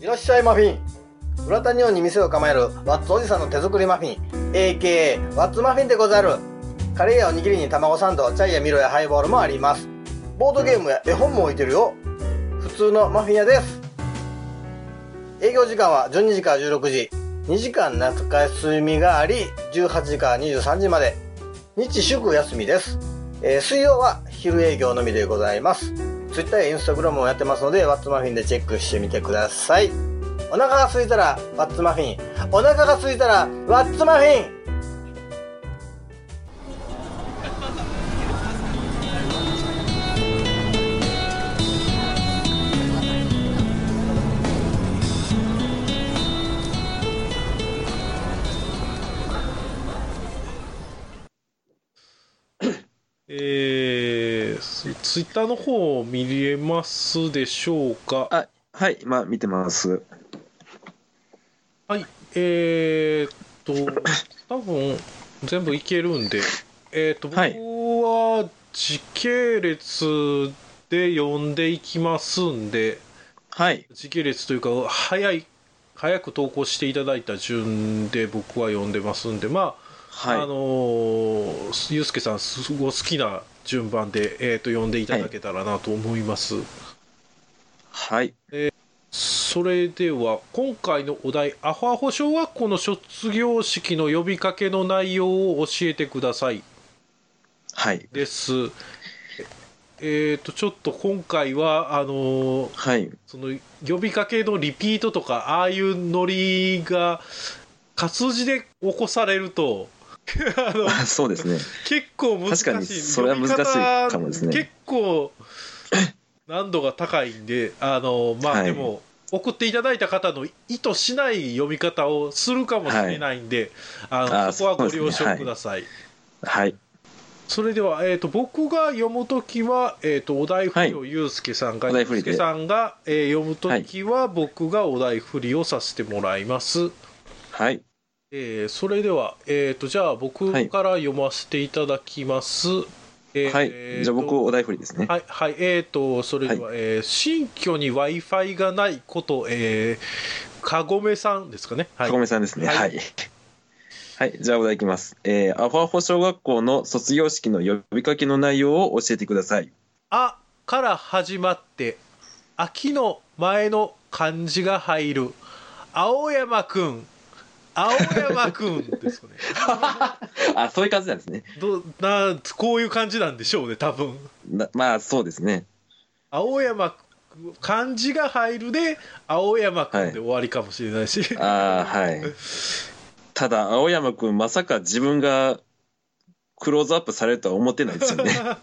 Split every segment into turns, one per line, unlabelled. いらっしゃいマフィン浦田日本に店を構えるワッツおじさんの手作りマフィン AKA ワッツマフィンでござるカレーやおにぎりに卵サンドチャイやミロやハイボールもありますボードゲームや絵本も置いてるよ普通のマフィン屋です営業時間は12時から16時2時間夏休みがあり18時から23時まで日祝休みです、えー水曜は昼営業のみでございます Twitter や Instagram もやってますのでワッツマフィンでチェックしてみてくださいお腹が空いたらワッツマフィンお腹が空いたらワッツマフィン
えー、ツイツイッターの方見れますでしょうか
あはい、まあ見てます。
はい、えー、っ と、多分全部いけるんで、えー、っと、僕
はい
は時系列で読んでいきますんで、
はい。
時系列というか、早い、早く投稿していただいた順で僕は読んでますんで、まあ、
はい。
あのー、ゆうすけさん、すご好きな順番で、えー、っと、読んでいただけたらなと思います。
はい。
それでは今回のお題「アホアホ小学校の卒業式の呼びかけの内容を教えてください
はい」。
です。えっ、とちょっと今回はあのー
はい。
その呼びかけのリピートとかああいうノリが活字で起こされるとあの
あそうですね。
結構難しい
確かにそれは難しいかもですね
読み方結構難度が高いんであのまあ
はい
でも、送っていただいた方の意図しない読み方をするかもしれないんで、あの
あー
そこはご
そう
了
です
承
ねはい
くださいそ
はい。
れでは、えー、と僕が読むときは、えー、とお題振りをゆうすけさんが、
お
ゆ
題
う
振
す
りで
けさんが、えー読むときは、僕がお題振りをさせてもらいます
はい。
えーそれでは、えー、とじゃあ僕
はい
から読ませていただきます。えー
はい。じゃあ僕、お題振りですね。
はい、はい、えー、と、それでは、えー新居に Wi-Fi がないこと、えー、かごめさんですかね。は
か
い
ご。めさんですね。
はい
はい。はい。じゃあお題いきます。えー、アホアホ小学校の卒業式の呼びかけの内容を教えてください。
あから始まって、秋の前の漢字が入る、青山くん、青山くんですかね。
あ、そういう感じなんですね。
ど なこういう感じなんでしょうね、多分。
なまあ、そうですね。
青山くん漢字が入るで青山くんで終わりかもしれないし、
ああ、はい。ただ、青山くん、まさか自分がクローズアップされるとは思ってないです よね。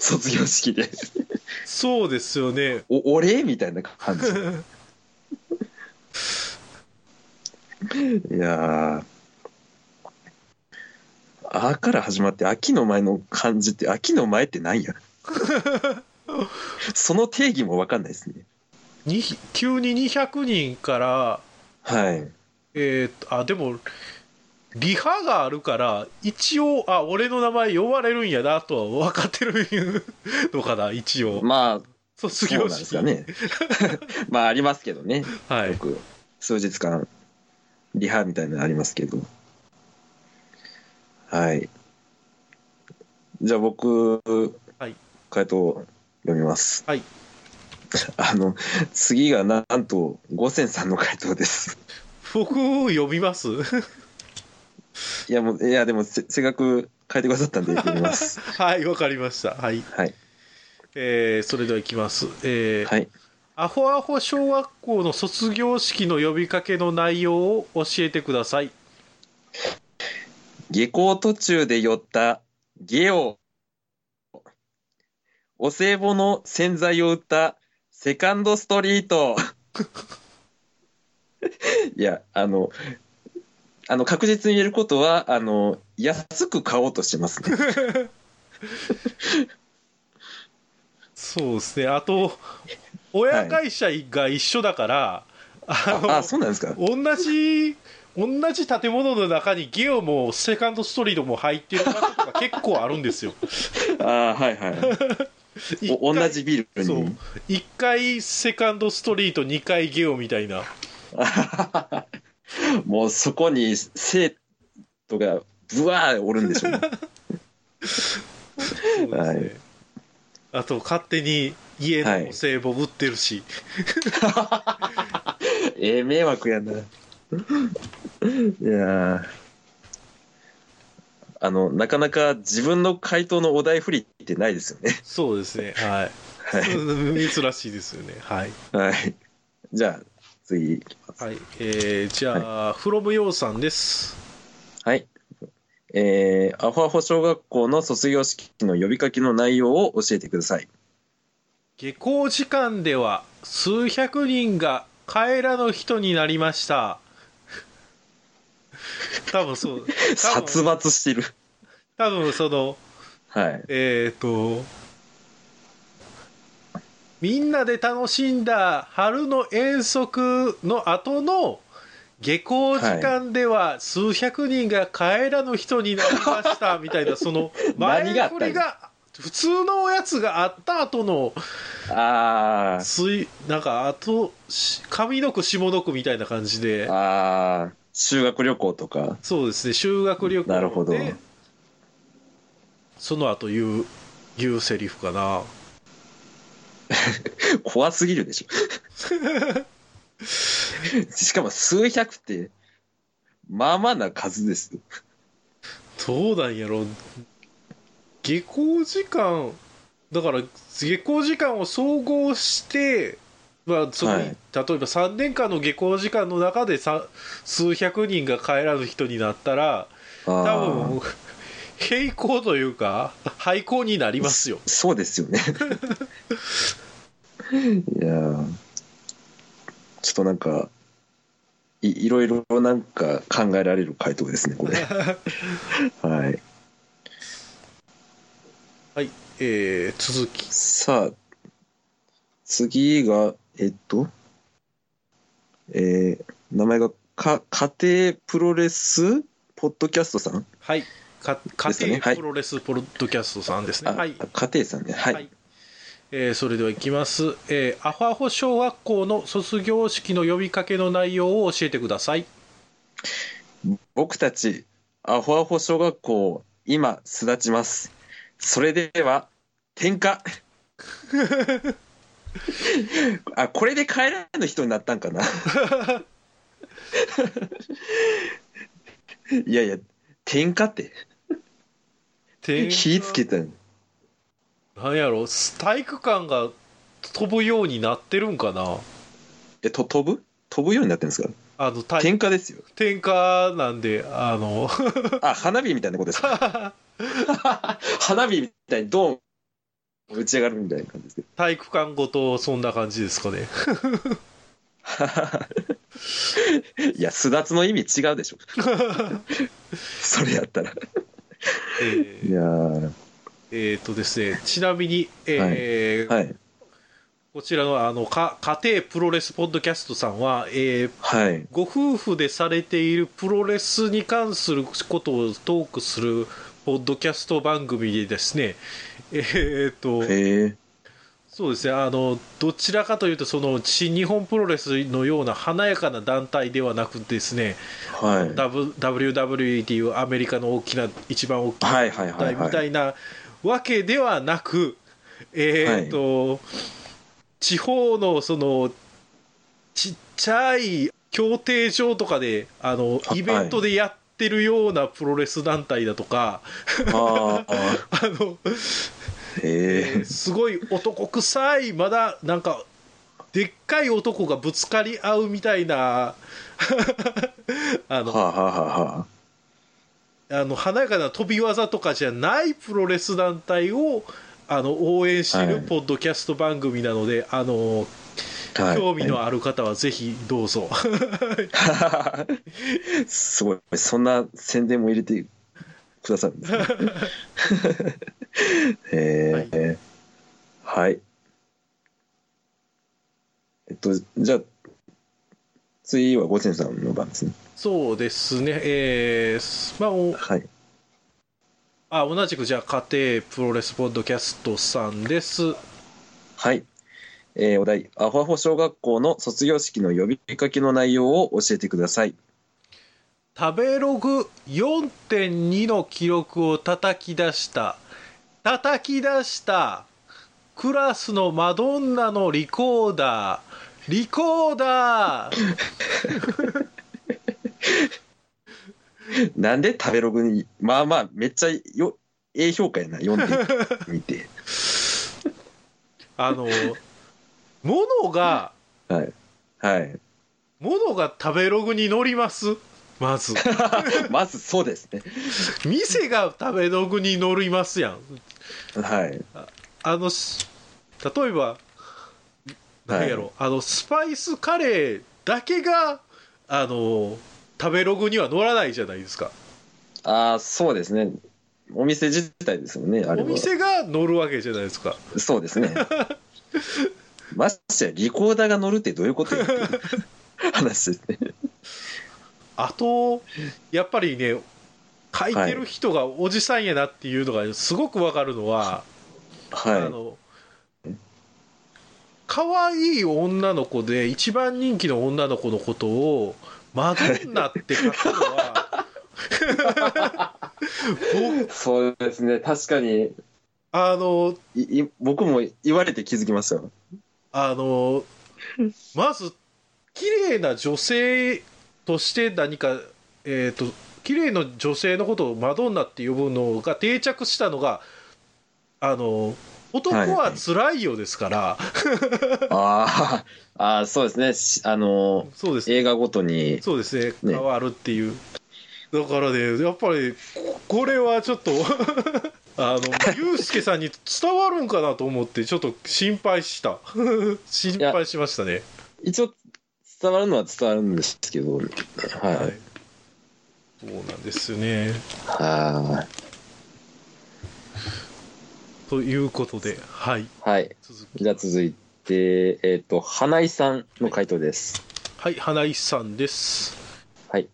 卒業式で。
そうですよね
お俺みたいな感じ いやー「あ」から始まって「秋の前」の漢字って「秋の前」ってなん やその定義も分かんないですね
に急に200人から
はい
えーっとあでもリハがあるから一応あ俺の名前呼ばれるんやなとは分かってるのかな一応
まあ
卒
そう
業
なんです
式
かね まあありますけどね
はい
よく数日間リハみたいなのありますけどはいじゃあ僕、
はい
回答読みます
はい
あの次がななんと五千さんの回答です
僕呼びます
いやもういやでもせせっかく書いてくださったんで読みま す
はいわかりましたはい、
はい
えーそれではいきますえー
はい
アホアホ小学校の卒業式の呼びかけの内容を教えてください。
下校途中で寄ったゲオお歳暮の洗剤を売ったセカンドストリート いやあのあの確実に言えることはあの安く買おうとしてます ね
そうですね。あ と、親会社が一緒だから、
ああそうなんですか
同じ、同じ建物の中にゲオもセカンドストリートも入ってる場所とか結構あるんですよ。
ああはいはいお同じビル
そう
に。
1階セカンドストリート2階ゲオみたいな
もうそこに生徒がブワーおるんでしょうね。
そうですね
はい
あと勝手に家のお歳暮売ってるし、
ええ迷惑やな。い やーあの、なかなか自分の回答のお題振りってないですよね。
そうですねはい
はい。
珍しいですよねはい、
はい。じゃあ、次いきます。
はいえー、じゃあ、フロムヨウさんです
はい。えー、アホアホ小学校の卒業式の呼びかけの内容を教えてください。
下校時間では数百人が帰らぬ人になりました多分 そう
殺伐してる。
多分その
はい。
えっ、とみんなで楽しんだ春の遠足の後の下校時間では数百人が帰らぬ人になりましたみたいなその前
何があった
振
ん
りが普通のやつがあった後の
あー。
水なんかあとし上の句下の句みたいな感じで
あー修学旅行とか。
そうですね修学旅行で
なるほど
その後言う言うセリフかな
怖すぎるでし ょ。しかも数百って、まあまあな数です。
どうなんやろ下校時間だから下校時間を総合して、まあその
はい
例えば3年間の下校時間の中でさ数百人が帰らぬ人になったら
多
多分並行というか廃校になりますよ
そうです よね。いやーちょっとなんか、いいろいろなんか考えられる回答です ね、これ。はい。
はいえー、続き
さあ、次が、えっと、えー名前がか、家庭プロレスポッドキャストさん
はいか家
ですかねは
庭
い
プロレスポッドキャストさんですね
あ、
はい
家庭さんね。はい。
はいえーそれではいきます、えーアホアホ小学校の卒業式の呼びかけの内容を教えてください
僕たち、アホアホ小学校、今、巣立ちます。それでは、転科あ、これで帰らぬ人になったんかないやいや、転科って。火つけたよ
なんやろす体育館が飛ぶようになってるんかな
えと飛ぶ飛ぶようになってるんですか
あの体
点火です よ
点火なんであの
あ花火みたいなことです か花火みたいにドーン打ち上がるみたいな感じですけど
体育館ごとそんな感じですか ね
いや巣立つの意味違うで しょそれやったら
え
い
ー
やー
えーとですねちなみに、えー
はい
こちらのあのか家庭プロレスポッドキャストさんは、えー
はい
ご夫婦でされているプロレスに関することをトークするポッドキャスト番組でですね、えーっと、
へえ
そうですね、あの、どちらかというと、その、新日本プロレスのような華やかな団体ではなくですね、
はい
W- WWE というアメリカの大きな、一番大きな
はいはいはい
みた
はい
いなわけではなく、えーっと、地方のそのちっちゃい競艇場とかであの
はい
イベントでやってるようなプロレス団体だとか、
あ
あ
あ
の
へえ
すごい男臭いまだなんかでっかい男がぶつかり合うみたいな あの
はあはあはあはあ
あの華やかな飛び技とかじゃないプロレス団体をあの応援してい
は
る
い
ポッドキャスト番組なので、あの
はい
興味のある方はぜひどうぞ
すごいそんな宣伝も入れてくださるんですね えーはい、えっとじゃあ次はゴチェンさんの番ですね
そうですねえーまあお
はい
あ同じくじゃあ家庭プロレスポッドキャストさんです
はい。えーお題、アホアホ小学校の卒業式の呼びかけの内容を教えてください。
食べログ4.2の記録を叩き出した叩き出したクラスのマドンナのリコーダーリコーダー
なんで食べログに、まあまあ、めっちゃよ、ええ評価やな、読んでみて。
あの物が
はい。はい。
物が食べログに載りますまず
まずそうですね。
店が食べログに載りますやん
はい。
あのし例えば
は
何
い
やろ、あのスパイスカレーだけがあの食べログには載らないじゃないですか
ああ、そうですね。お店自体ですよね、あれ
お
は。
店が載るわけじゃないですか
そうで すね。ましてや、リコーダーが乗るってどういうことや っていう話ですね。
あとやっぱりね書いてる人がおじさんやなっていうのがすごくわかるのは、あ
は
の可愛い女の子で一番人気の女の子のことをマドンナって書くのは僕
い。そうですね。確かに、
あの
いい僕も言われて気づきましたよ。
あのまず綺麗な女性として何かえっ、と綺麗な女性のことをマドンナって呼ぶのが定着したのがあの男は辛いよですから、
あー あー、そうですねし。あの、
そうです
映画ごとに、
そうですね
ね
変わるっていう、だからねやっぱりここれはちょっと あのユうスケさんに伝わるんかなと思ってちょっと心配した 心配しましたね
一応伝わるのは伝わるんですけど、はい。
はいそうなんですよね
は
ということで、はい、
い。はい。
続き。
じゃあ続いて、えっ、と、花井さんの回答です。
はい、花井さんです。
はい。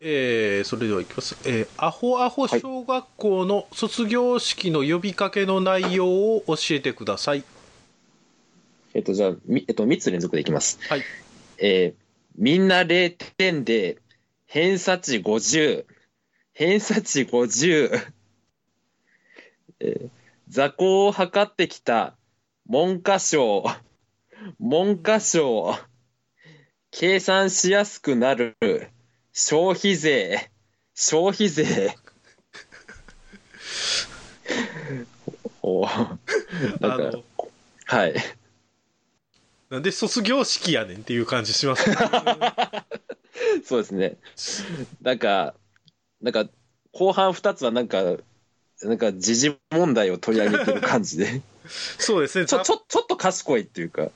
えー、それではいきます。えー、アホアホ小学校の卒業式の呼びかけの内容を教えてください。
えっ、と、じゃあ、みえっ、と、3つ連続でいきます。
はい。
えーみんな0点で、偏差値50、偏差値50、えー座高を測ってきた文科省、文科省、計算しやすくなる消費税、消 費税。おおなん
あ
か
の、
はい。
なんで卒業式やねんっていう感じし ます、ね。
そうですね。 なんか、なんか、後半2つはなんか、なんか時事問題を取り上げてる感 じで、
そうですね。
ちょ、
ざ
ちょ、ちょっと賢いっていうか、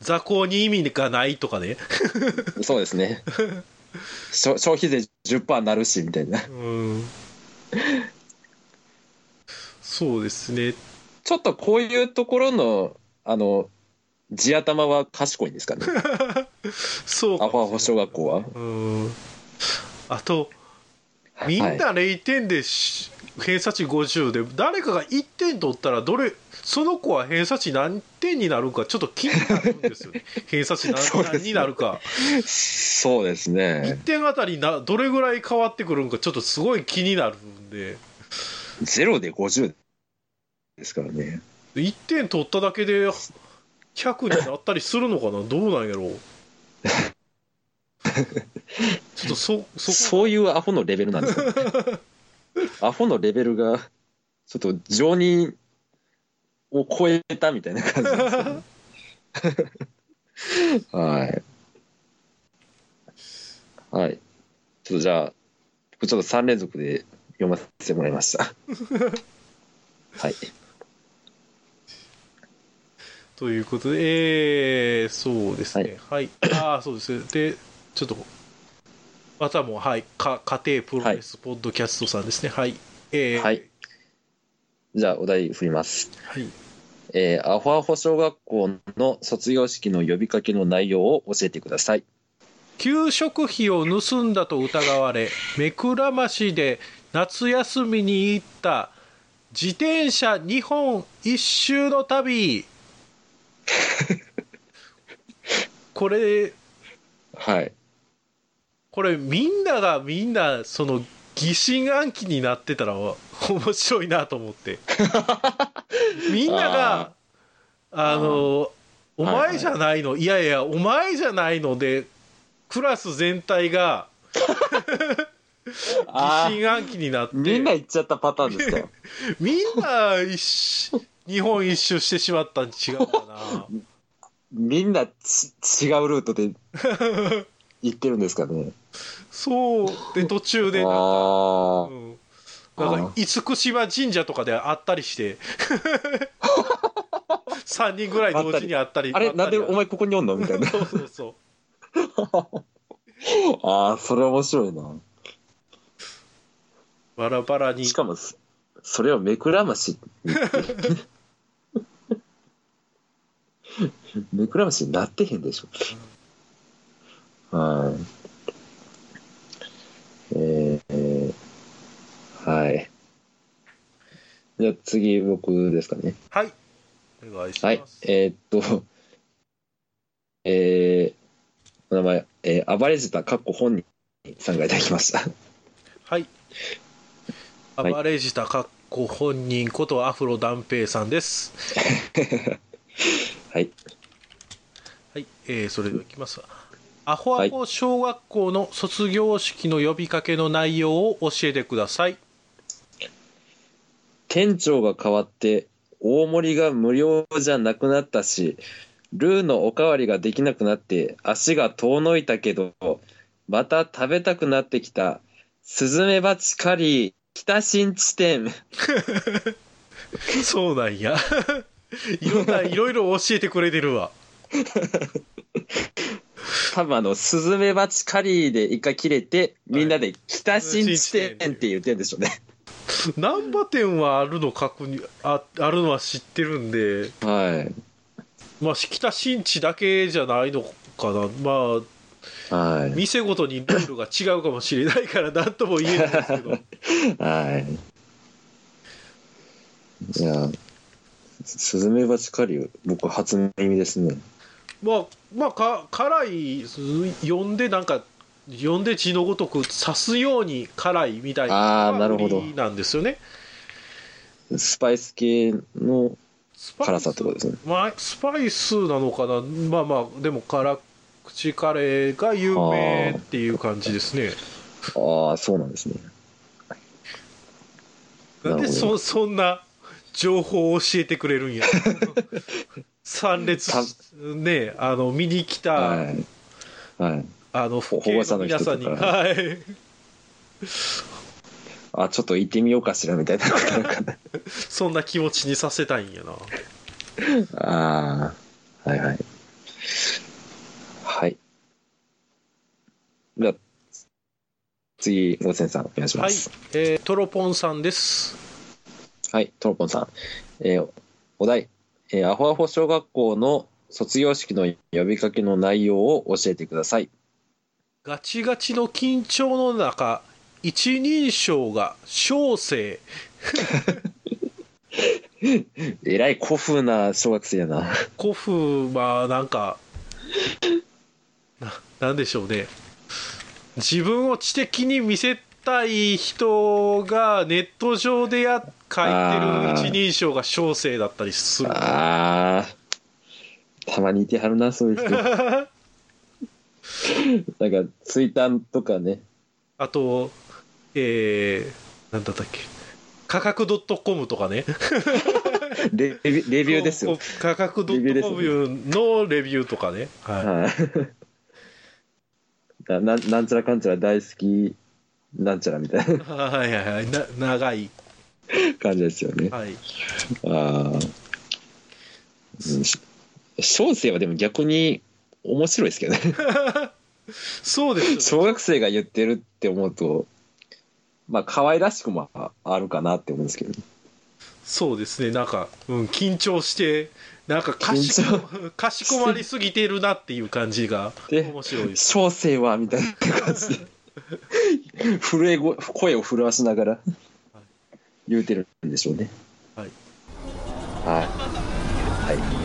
座高に意味がないとかね。
そうで すね。しょ消費税10%なるし、みたいな。
うん。そうですね。
ちょっとこういうところの、あの、地頭は賢いんです かね。
そう
アホアホ小学校は。
うんあとみん
はい
な0点でし、偏差値50で誰かが1点取ったらどれその子は偏差値何点になるかちょっと気になるんですよ ね偏差値何,、
そうですね
何になるか
そうです
1
ね。
点あたりなどれぐらい変わってくるんかちょっとすごい気になるんで
0で50ですからね。
1点取っただけで100になったりするのかなどうなんやろうちょっとそそこ
そういうアホのレベルなん ですよ、ね、アホのレベルがちょっと常人を超えたみたいな感じなんですよね はいはいちょっとじゃあ僕ちょっと3連続で読ませてもらいま したはい
ということで、えー、そうですね。はい。ああ、そうですね。で、ちょっと、またも、はい、か家庭プロレスポッドキャストさんですね。はい。えー、
はい。じゃあお題振ります
はい。
えー、アホアホ小学校の卒業式の呼びかけの内容を教えてください
給食費を盗んだと疑われ、目くらましで夏休みに行った自転車日本一周の旅 これ
はい。
これみんながみんなその疑心暗鬼になってたら面白いなと思って みんながあのお
はいはい
前じゃないの、いやいやお前じゃないのでクラス全体が
あ
疑
ー
心暗鬼になって
みんな行っちゃったパターンですか。
みんな一周日本一周してしまったん違う かな
みんなち違うルー トで行ってるんですかね。
そうで途中で
あ
な,、う
ー
ん、なんか厳島神社とかで会ったりして 3人ぐらい同時に会ったり
あれ、なんでお
会っ
前ここにおんのみた
た
い
り
な。
そうそうそう
ああ、それ面白いな。
バラバラに
しかもそ、それを目くらまし に。目くらましになってへんでしょ。はい。えー、はい。じゃあ次、僕ですかね。
はいお願いします、
はい。えーっと、 えー、お名前、えー、暴れじた、かっこ本人さんがいただきました。
はい。
はい
暴れたかっこ本人ことアフロ断平さん です。
はい。
はい、えーそれではいきます。アホアホ小学校の卒業式の呼びかけの内容を教えてください。
店長が変わって大盛りが無料じゃなくなったしルーのおかわりができなくなって足が遠のいたけどまた食べたくなってきたスズメバチカリー北新地店
そうなんや。 いろんな、いろいろ教えてくれてるわ。
多分あのスズメバチカリーで一回切れてみんなで北新地店って言ってんでしょうね
難波店はあるの確認、あ、あるのは知ってるんで、
はい
まあ、北新地だけじゃないのかな。まあ、
はい
店ごとにルールが違うかもしれないから何とも言えないです けど
はいいやスズメバチカリー僕初耳ですね
まあまあか辛い呼んでなんか呼んで字のごとく刺すように辛いみたいな
あーなるほど
売りなんですよね
スパイス系の
スパイス
辛さってことですね。
まあ、スパイスなのかなまあまあでも辛口カレーが有名っていう感じです ね
ああ、そうなんですね。ー
なんで
なる
そ
ほ
そんな情報を教えてくれるん や参列しねあの見に来た、
はい。はい。
あの、父兄の皆さんに、
保護者の
はい。
あ、ちょっと行ってみようかしらみたいなことなのかな。
そんな気持ちにさせたいんやな。
ああ、はいはい。はい。じゃあ、次、ごせんさん、お願いしま
はい
す。。
えートロポンさんです。
はい、トロポンさん。えーお題、えーアホアホ小学校の卒業式の呼びかけの内容を教えてください。
ガチガチの緊張の中、一人称が小生。
えらい古風な小学生やな。
古風、まあ、なんか、な、なんでしょうね。自分を知的に見せたい人がネット上でや書いてる一人称が小生だったりする。
ああ。たまにいてはるな、そういう人。なんか、ツイッターとかね。
あと、えー、なんだったっけ、価格 .com とかね、
レレビレビューですよ。
価格
レビューですよ
.com のレビューとかね、は
はい。だ ななんちゃらかんちゃら大好き、なんちゃらみたい
い、はいはいはい、な長い、
な感じですよね。あ
はい、
あー。うんし小生はでも逆に面白いですけどね。
そうですよね、
小学生が言ってるって思うと、まあ、可愛らしくもああるかなって思うんですけど。
そうですね、なんか、うん、緊張して、なんかかしこかしこまりすぎてるなっていう感じが
で
面白いです。
小生はみたいな感じで震えご声を震わしながら言うてるんでしょうね
はい
はい、はい